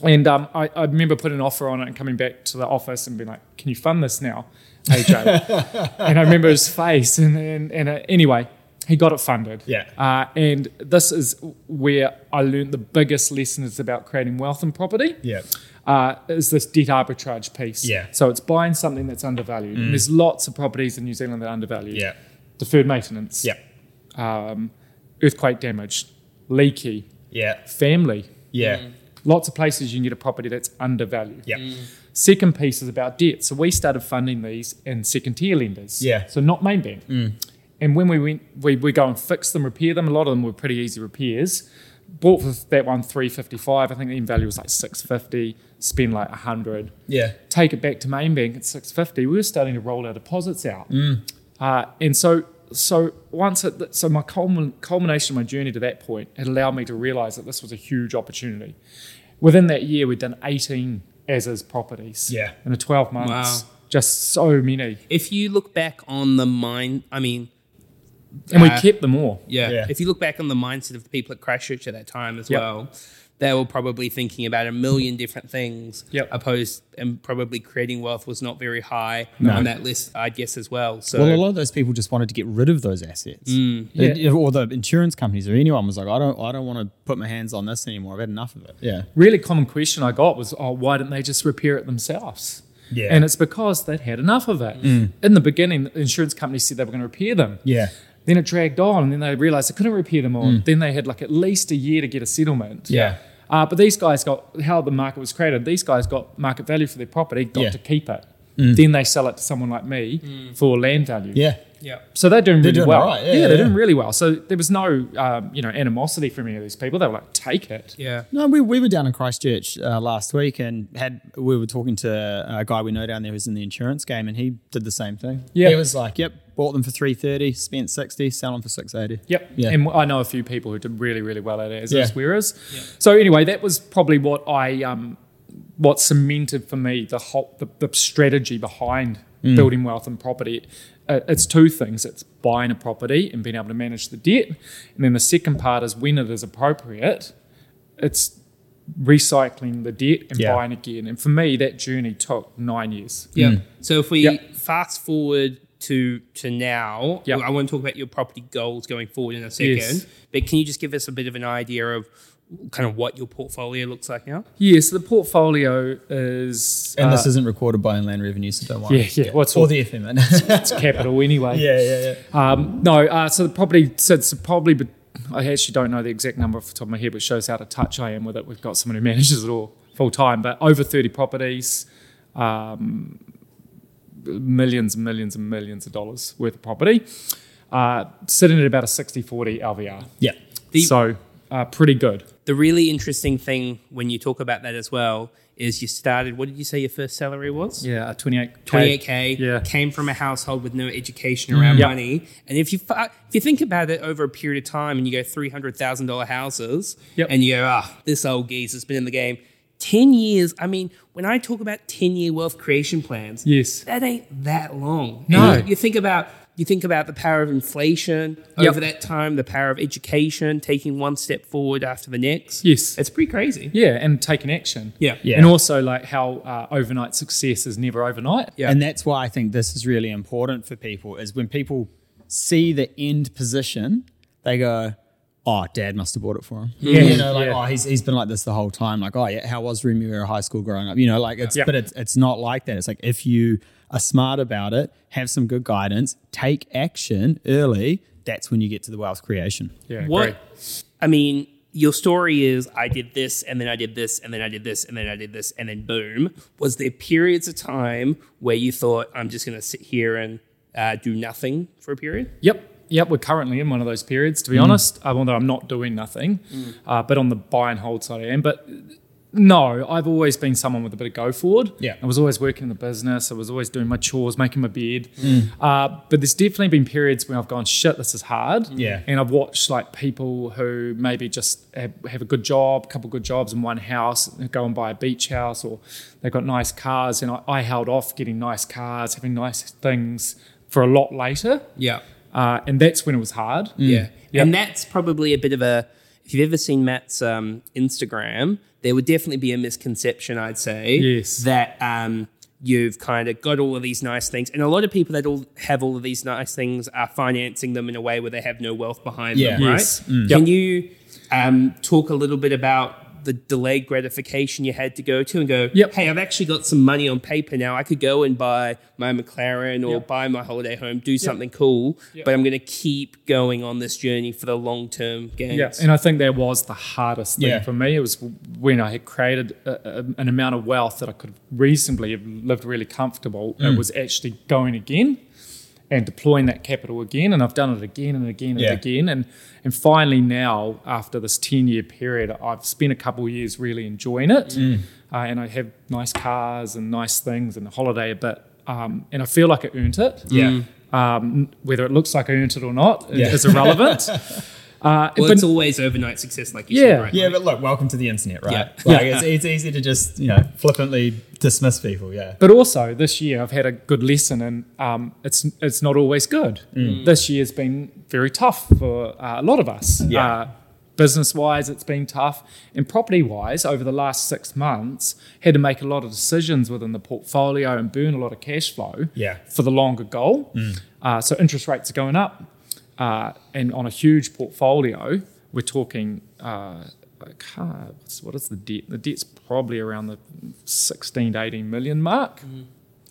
Speaker 3: And um, I, I remember putting an offer on it and coming back to the office and being like, can you fund this now,
Speaker 1: [LAUGHS]
Speaker 3: AJ? and I remember his face. And, and, and uh, anyway, he got it funded.
Speaker 1: Yeah.
Speaker 3: Uh, and this is where I learned the biggest lesson is about creating wealth and property
Speaker 1: [LAUGHS] Yeah.
Speaker 3: uh, is this debt arbitrage piece.
Speaker 1: Yeah. Mm.
Speaker 3: So it's buying something that's undervalued. And there's lots of properties in New Zealand that are undervalued.
Speaker 1: Yeah.
Speaker 3: Deferred maintenance.
Speaker 1: Yeah.
Speaker 3: Um, earthquake damage, leaky,
Speaker 1: Yeah.
Speaker 3: family.
Speaker 1: Yeah.
Speaker 3: Mm. Lots of places you can get a property that's undervalued.
Speaker 1: Yeah.
Speaker 3: Second piece is about debt. So we started funding these in second tier lenders.
Speaker 1: Yeah. Mm.
Speaker 3: So not main bank. And when we went, we, we go and fix them, repair them. A lot of them were pretty easy repairs. bought for that one 355. I think the end value was like 650. Spend like 100.
Speaker 1: Yeah.
Speaker 3: Take it back to main bank at 650. We were starting to roll our deposits out. Uh, and so so once it, so my culmin, culmination of my journey to that point had allowed me to realize that this was a huge opportunity. Within that year, we'd done 18 as is properties.
Speaker 1: Yeah.
Speaker 3: In a 12 months.
Speaker 2: Wow.
Speaker 3: Just so many.
Speaker 2: If you look back on the mind, I mean,
Speaker 3: And we
Speaker 2: Uh,
Speaker 3: kept them all.
Speaker 2: yeah.
Speaker 1: Yeah.
Speaker 2: If you look back on the mindset of the people at Christchurch at that time as
Speaker 3: Yep.
Speaker 2: well, they were probably thinking about a million different things.
Speaker 3: Yep.
Speaker 2: Opposed and probably creating wealth was not very high on that list, I guess, as well. So
Speaker 4: Well, a lot of those people just wanted to get rid of those assets,
Speaker 3: Mm.
Speaker 4: They- or the insurance companies or anyone was like, I don't, I don't want to put my hands on this anymore. I've had enough of it. Yeah,
Speaker 3: really common question I got was, oh, why didn't they just repair it themselves?
Speaker 1: Yeah.
Speaker 3: And it's because they'd had enough of it. In the beginning, the insurance companies said they were going to repair them.
Speaker 1: Yeah.
Speaker 3: Then it dragged on, and then they realized they couldn't repair them all. Then they had like at least a year to get a settlement.
Speaker 1: Mm. Yeah.
Speaker 3: Uh, but these guys got how the market was created. These guys got market value for their property, got
Speaker 1: Yeah. Mm.
Speaker 3: to keep it. Then they sell it to someone like me for land value.
Speaker 1: Yeah.
Speaker 2: yeah.
Speaker 3: So they're doing really
Speaker 1: doing
Speaker 3: well.
Speaker 1: all right. Yeah,
Speaker 3: they're
Speaker 1: yeah,
Speaker 3: doing
Speaker 1: yeah.
Speaker 3: really well. So there was no um, you know animosity from any of these people. They were like, take it.
Speaker 2: Yeah.
Speaker 4: No, we, we were down in Christchurch uh, last week and had we were talking to a guy we know down there who's in the insurance game, and he did the same thing.
Speaker 3: Yeah.
Speaker 4: he was like, "Yep, bought them for three thirty, spent sixty, selling for six eighty.
Speaker 3: Yep.
Speaker 4: Yeah.
Speaker 3: And I know a few people who did really, really well at it as
Speaker 4: Yeah.
Speaker 3: yeah. swearers. So anyway, that was probably what I um, what cemented for me the whole the, the strategy behind
Speaker 4: Mm.
Speaker 3: building wealth and property. Uh, it's two things: it's buying a property and being able to manage the debt, and then the second part is when it is appropriate. It's recycling the debt and
Speaker 4: Yeah.
Speaker 3: buying again. And for me, that journey took nine years.
Speaker 2: Yeah. So if we
Speaker 3: Mm. Yep.
Speaker 2: fast forward to to now,
Speaker 3: Yep.
Speaker 2: I want to talk about your property goals going forward in a second.
Speaker 3: Yes.
Speaker 2: But can you just give us a bit of an idea of kind of what your portfolio looks like now?
Speaker 3: Yeah. So the portfolio is
Speaker 4: And
Speaker 3: uh,
Speaker 4: this isn't recorded by Inland Revenue, so don't worry.
Speaker 3: yeah yeah. What's
Speaker 4: Or
Speaker 3: all
Speaker 4: the
Speaker 3: [LAUGHS]
Speaker 4: FM.
Speaker 3: it's capital
Speaker 4: [LAUGHS]
Speaker 3: anyway.
Speaker 1: Yeah. Yeah. Yeah.
Speaker 3: Um, no, uh, so the property so it's probably, but I actually don't know the exact number off the top of my head, but shows how out of touch I am with it. We've got someone who [LAUGHS] manages it all full time, but over thirty properties, um, millions and millions and millions of dollars worth of property, uh, sitting at about a 60-40 LVR.
Speaker 4: yeah,
Speaker 2: The-
Speaker 3: so uh, pretty good.
Speaker 2: The really interesting thing when you talk about that as well is you started. What did you say your first salary was?
Speaker 3: Yeah, twenty eight.
Speaker 2: 28k
Speaker 3: Yeah. Mm.
Speaker 2: came from a household with no education around
Speaker 3: Yep.
Speaker 2: money and if you fi- if you think about it over a period of time and you go $300,000 houses
Speaker 3: Yep.
Speaker 2: and you go ah this old geezer's been in the game 10 years I mean when I talk about 10 year wealth creation plans
Speaker 3: Yes.
Speaker 2: that ain't that long And
Speaker 3: No.
Speaker 2: you, you think about you think about the power of inflation
Speaker 3: Yep.
Speaker 2: over that time the power of education taking one step forward after the next
Speaker 3: Yes.
Speaker 2: it's pretty crazy
Speaker 3: yeah, and taking action.
Speaker 2: yeah
Speaker 3: And also like how uh, overnight success is never overnight.
Speaker 2: Yeah.
Speaker 4: and that's why I think this is really important for people is when people see the end position, they go, "Oh, Dad must have bought it for him."
Speaker 3: Yeah.
Speaker 4: you know, like
Speaker 3: Yeah.
Speaker 4: oh, he's, he's been like this the whole time. Like oh, yeah, how was Remuera High School growing up? You know, like it's
Speaker 3: Yeah.
Speaker 4: but it's it's not like that. It's like if you are smart about it, have some good guidance, take action early. That's when you get to the wealth creation.
Speaker 3: Yeah.
Speaker 2: what
Speaker 3: great.
Speaker 2: I mean, your story is I did this and then I did this and then I did this and then I did this and then boom. Was there periods of time where you thought I'm just going to sit here and uh, do nothing for a period?
Speaker 3: Yep. Yep, we're currently in one of those periods, to be honest, um, although I'm not doing nothing, uh, but on the buy and hold side I am. But no, I've always been someone with a bit of go forward.
Speaker 4: Yeah.
Speaker 3: I was always working in the business. I was always doing my chores, making my bed. Uh, but there's definitely been periods where I've gone, shit, this is hard.
Speaker 1: Yeah.
Speaker 3: And I've watched like people who maybe just have, have a good job, couple good jobs in one house, and go and buy a beach house or they've got nice cars. And I, I held off getting nice cars, having nice things for a lot later.
Speaker 2: Yeah.
Speaker 3: Uh, and that's when it was
Speaker 1: Mm.
Speaker 3: hard.
Speaker 2: Yeah.
Speaker 3: Yeah.
Speaker 2: And that's probably a bit of a, if you've ever seen Matt's um, Instagram, there would definitely be a misconception, I'd say.
Speaker 3: Yes.
Speaker 2: That um, you've kind of got all of these nice things. And a lot of people that all have all of these nice things are financing them in a way where they have no wealth behind them,
Speaker 3: Yeah.
Speaker 2: right?
Speaker 3: Yes.
Speaker 2: Can you um, talk a little bit about the delayed gratification you had to go to and go,
Speaker 3: Yep.
Speaker 2: hey, I've actually got some money on paper now. I could go and buy my McLaren or buy my holiday home, do something cool, but I'm going to keep going on this journey for the long term gains.
Speaker 3: Yeah, and I think that was the hardest thing
Speaker 1: Yeah.
Speaker 3: for me. It was when I had created a, a, an amount of
Speaker 1: Mm.
Speaker 3: wealth that I could reasonably have lived really comfortable. It was actually going again and deploying that capital again. And I've done it again and again and
Speaker 1: Yeah.
Speaker 3: again. And and finally now, after this ten year period, I've spent a couple of years really enjoying it.
Speaker 1: Mm.
Speaker 3: Uh, and I have nice cars and nice things and a holiday a bit. Um, and I feel like I earned it.
Speaker 2: Mm.
Speaker 1: Yeah.
Speaker 3: Um, whether it looks like I earned it or not
Speaker 1: Yeah.
Speaker 3: is irrelevant. Uh,
Speaker 2: Well,
Speaker 3: but-
Speaker 2: it's always overnight success, like you
Speaker 3: Yeah.
Speaker 2: said, right?
Speaker 1: Yeah, but look, welcome to the internet, right?
Speaker 2: Yeah.
Speaker 1: Like It's, it's easy to just, you know, flippantly dismiss people, yeah.
Speaker 3: But also this year, I've had a good lesson, and um, it's it's not always good. This year's been very tough for uh, a lot of us.
Speaker 1: Yeah.
Speaker 3: Uh, business wise, it's been tough, and property wise, over the last six months, had to make a lot of decisions within the portfolio and burn a lot of cash flow.
Speaker 1: Yeah. Mm.
Speaker 3: For the longer goal, uh, so interest rates are going up, uh, and on a huge portfolio, we're talking. Uh, I can't- what's- what is the debt? The debt's probably around the 16 to 18 million mark maybe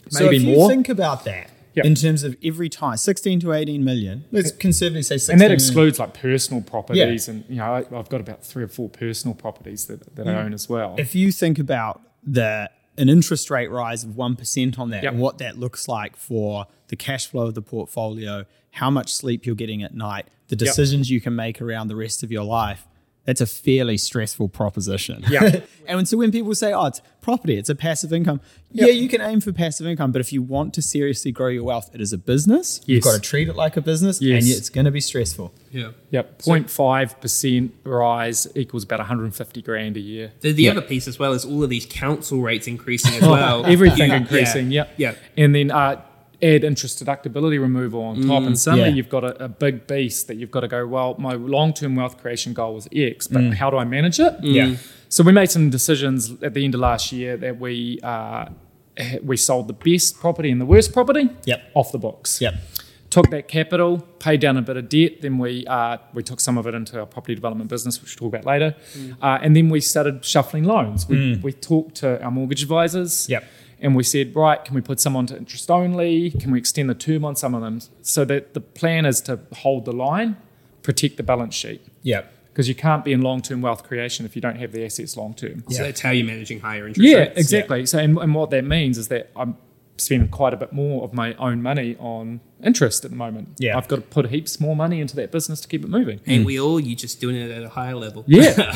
Speaker 1: so if
Speaker 3: more.
Speaker 1: you think about that
Speaker 3: Yeah.
Speaker 1: in terms of every time, 16 to 18 million, let's conservatively say 16
Speaker 3: and that
Speaker 1: million.
Speaker 3: excludes like personal properties, and you know I, I've got about three or four personal properties that, that I own as well.
Speaker 1: Mm. if you think about the an interest rate rise of 1% on that
Speaker 3: Yep.
Speaker 1: and what that looks like for the cash flow of the portfolio, how much sleep you're getting at night, the decisions you can make around the rest of your life, that's a fairly stressful proposition.
Speaker 3: Yeah.
Speaker 1: [LAUGHS] and so when people say, oh, it's property, it's a passive income, yeah, you can aim for passive income, but if you want to seriously grow your wealth, it is a business. You've
Speaker 3: Yes.
Speaker 1: got to treat it like a business,
Speaker 3: Yes.
Speaker 1: and yet it's going to be stressful.
Speaker 2: Yeah.
Speaker 3: Yep, 0.5 percent rise equals about 150 grand a year.
Speaker 2: The, the other piece as well is all of these council rates increasing as well.
Speaker 3: Oh, Everything
Speaker 2: You-
Speaker 3: increasing.
Speaker 2: Yeah.
Speaker 3: Yep.
Speaker 2: Yeah.
Speaker 3: And then uh, add interest deductibility removal on top, and suddenly
Speaker 1: Yeah.
Speaker 3: you've got a, a big beast that you've got to go. Well, my long-term wealth creation goal was X, but how do I manage it?
Speaker 1: Yeah.
Speaker 3: So we made some decisions at the end of last year that we uh, we sold the best property and the worst property
Speaker 1: Yep.
Speaker 3: off the books.
Speaker 1: Yep.
Speaker 3: Took that capital, paid down a bit of debt. Then we uh, we took some of it into our property development business, which we'll talk about later. Uh, and then we started shuffling loans. We, we talked to our mortgage advisors.
Speaker 1: Yep.
Speaker 3: And we said, right, can we put some onto interest only? Can we extend the term on some of them? So that the plan is to hold the line, protect the balance sheet,
Speaker 1: Yep.
Speaker 3: because you can't be in long-term wealth creation if you don't have the assets long-term.
Speaker 2: So that's how you're managing higher interest
Speaker 3: Yeah,
Speaker 2: rates.
Speaker 3: exactly. So, and, and what that means is that I'm spending quite a bit more of my own money on interest at the moment.
Speaker 1: Yeah.
Speaker 3: I've got to put heaps more money into that business to keep it moving.
Speaker 2: And we all, you're just doing it at a higher level.
Speaker 3: Yeah,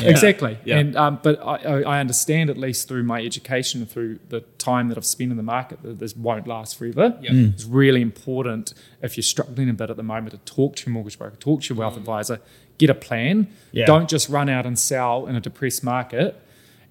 Speaker 2: [LAUGHS]
Speaker 3: [LAUGHS] exactly.
Speaker 2: Yeah.
Speaker 3: And um, but I, I I understand at least through my education and through the time that I've spent in the market that this won't last forever.
Speaker 2: Yeah. Mm.
Speaker 3: It's really important if you're struggling a bit at the moment to talk to your mortgage broker, talk to your
Speaker 2: Mm.
Speaker 3: wealth advisor, get a plan.
Speaker 1: Yeah.
Speaker 3: Don't just run out and sell in a depressed market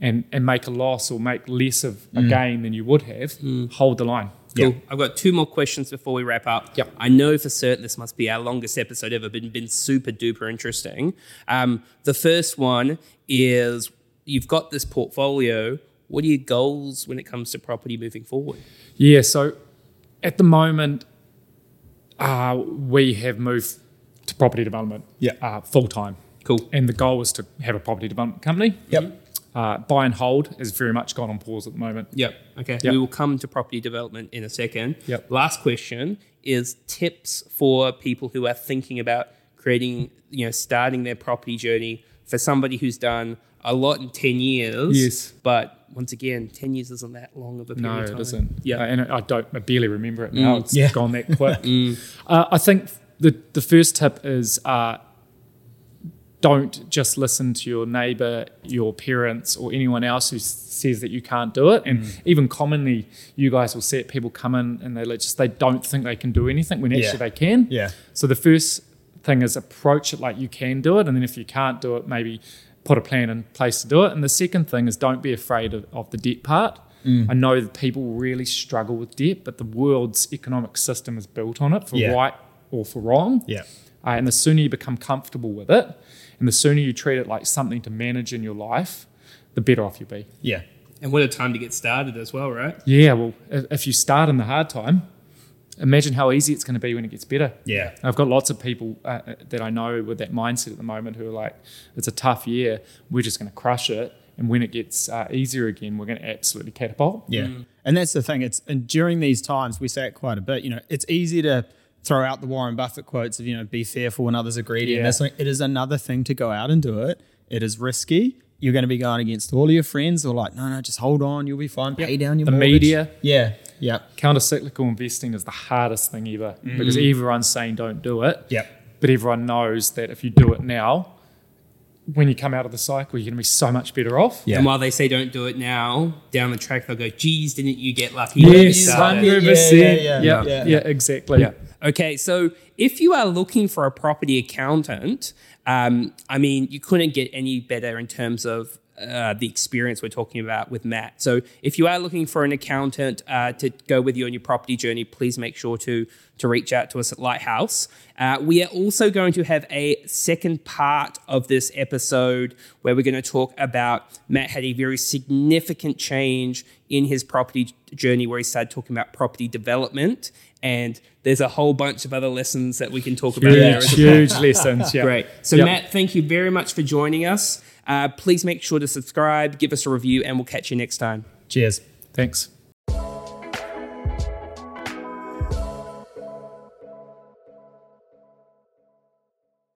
Speaker 3: and, and make a loss or make less of
Speaker 2: Mm.
Speaker 3: a gain than you would have. Hold the line.
Speaker 2: Cool. I've got two more questions before we wrap up.
Speaker 3: Yep.
Speaker 2: I know for certain this must be our longest episode ever, but it's been super duper interesting. Um, the first one is you've got this portfolio. What are your goals when it comes to property moving forward?
Speaker 3: Yeah, so at the moment, uh, we have moved to property development
Speaker 1: Yeah.
Speaker 3: uh, full time.
Speaker 2: Cool.
Speaker 3: And the goal was to have a property development company.
Speaker 1: Yep.
Speaker 3: Uh, buy and hold has very much gone on pause at the moment.
Speaker 2: Yep. Okay.
Speaker 3: Yep.
Speaker 2: We will come to property development in a second.
Speaker 3: Yep.
Speaker 2: Last question is tips for people who are thinking about creating, you know, starting their property journey for somebody who's done a lot in 10 years.
Speaker 3: Yes.
Speaker 2: But once again, 10 years isn't that long of a period
Speaker 3: No,
Speaker 2: of time.
Speaker 3: it isn't.
Speaker 2: Yeah.
Speaker 3: Uh, and I don't, I barely remember it now. It's
Speaker 1: Mm. Yeah. Mm. [LAUGHS]
Speaker 3: gone that quick. uh, I think the the first tip is uh, don't just listen to your neighbor, your parents, or anyone else who s- says that you can't do it.
Speaker 1: Mm.
Speaker 3: And even commonly, you guys will see it. People come in and they like just they don't think they can do anything when actually
Speaker 1: Yeah.
Speaker 3: they can.
Speaker 1: Yeah.
Speaker 3: So the first thing is approach it like you can do it, and then if you can't do it, maybe put a plan in place to do it. And the second thing is don't be afraid of, of the debt part.
Speaker 1: Mm.
Speaker 3: I know that people really struggle with debt, but the world's economic system is built on it for
Speaker 1: Yeah.
Speaker 3: right or for wrong.
Speaker 1: Yeah.
Speaker 3: Uh, and the sooner you become comfortable with it, and the sooner you treat it like something to manage in your life, the better off you'll be.
Speaker 1: Yeah.
Speaker 2: And what a time to get started as well, right?
Speaker 3: Yeah, well, i- if you start in the hard time, imagine how easy it's going to be when it gets better.
Speaker 1: Yeah.
Speaker 3: I've got lots of people uh, uh, that I know with that mindset at the moment who are like, it's a tough year, we're just going to crush it. And when it gets uh, easier again, we're going to absolutely catapult.
Speaker 1: Yeah. And that's the thing. It's and during these times we say it quite a bit. You know, it's easy to throw out the Warren Buffett quotes of, you know, be fearful when others are greedy.
Speaker 3: Yeah.
Speaker 1: And that's like, it is another thing to go out and do it. It is risky. You're going to be going against all of your friends who are like, no, no, just hold on. You'll be fine. Pay down your
Speaker 3: The
Speaker 1: mortgage.
Speaker 3: media.
Speaker 1: Yeah. Yep.
Speaker 3: Counter cyclical investing is the hardest thing ever because everyone's saying don't do it.
Speaker 1: Yep.
Speaker 3: But everyone knows that if you do it now, when you come out of the cycle, you're going to be so much better off.
Speaker 1: Yeah.
Speaker 2: And while they say don't do it now, down the track they'll go, geez, didn't you get lucky? when you
Speaker 3: Yes,
Speaker 2: started?"
Speaker 3: hundred percent.
Speaker 1: Yeah, yeah,
Speaker 3: Yeah,
Speaker 1: yeah.
Speaker 3: yeah,
Speaker 1: Yeah.
Speaker 3: exactly. Yeah.
Speaker 2: Okay, so if you are looking for a property accountant, um, I mean, you couldn't get any better in terms of uh, the experience we're talking about with Matt. So if you are looking for an accountant uh, to go with you on your property journey, please make sure to to reach out to us at Lighthouse. Uh, we are also going to have a second part of this episode where we're going to talk about Matt had a very significant change in his property journey where he started talking about property development and there's a whole bunch of other lessons that we can talk about there.
Speaker 3: Huge,
Speaker 2: as well.
Speaker 3: huge lessons. Yeah.
Speaker 2: Great. So,
Speaker 3: Yep.
Speaker 2: Matt, thank you very much for joining us. Uh, please make sure to subscribe, give us a review, and we'll catch you next time.
Speaker 1: Cheers.
Speaker 3: Thanks.